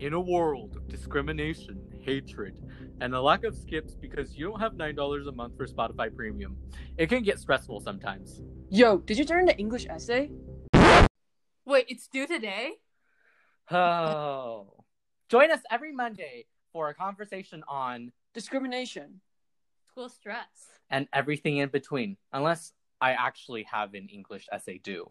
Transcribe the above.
In a world of discrimination, hatred, and a lack of skips because you don't have $9 a month for Spotify Premium, it can get stressful sometimes. Yo, did you turn to English essay? Wait, it's due today? Oh. Join us every Monday for a conversation on Discrimination. School stress. and everything in between, unless I actually have an English essay due.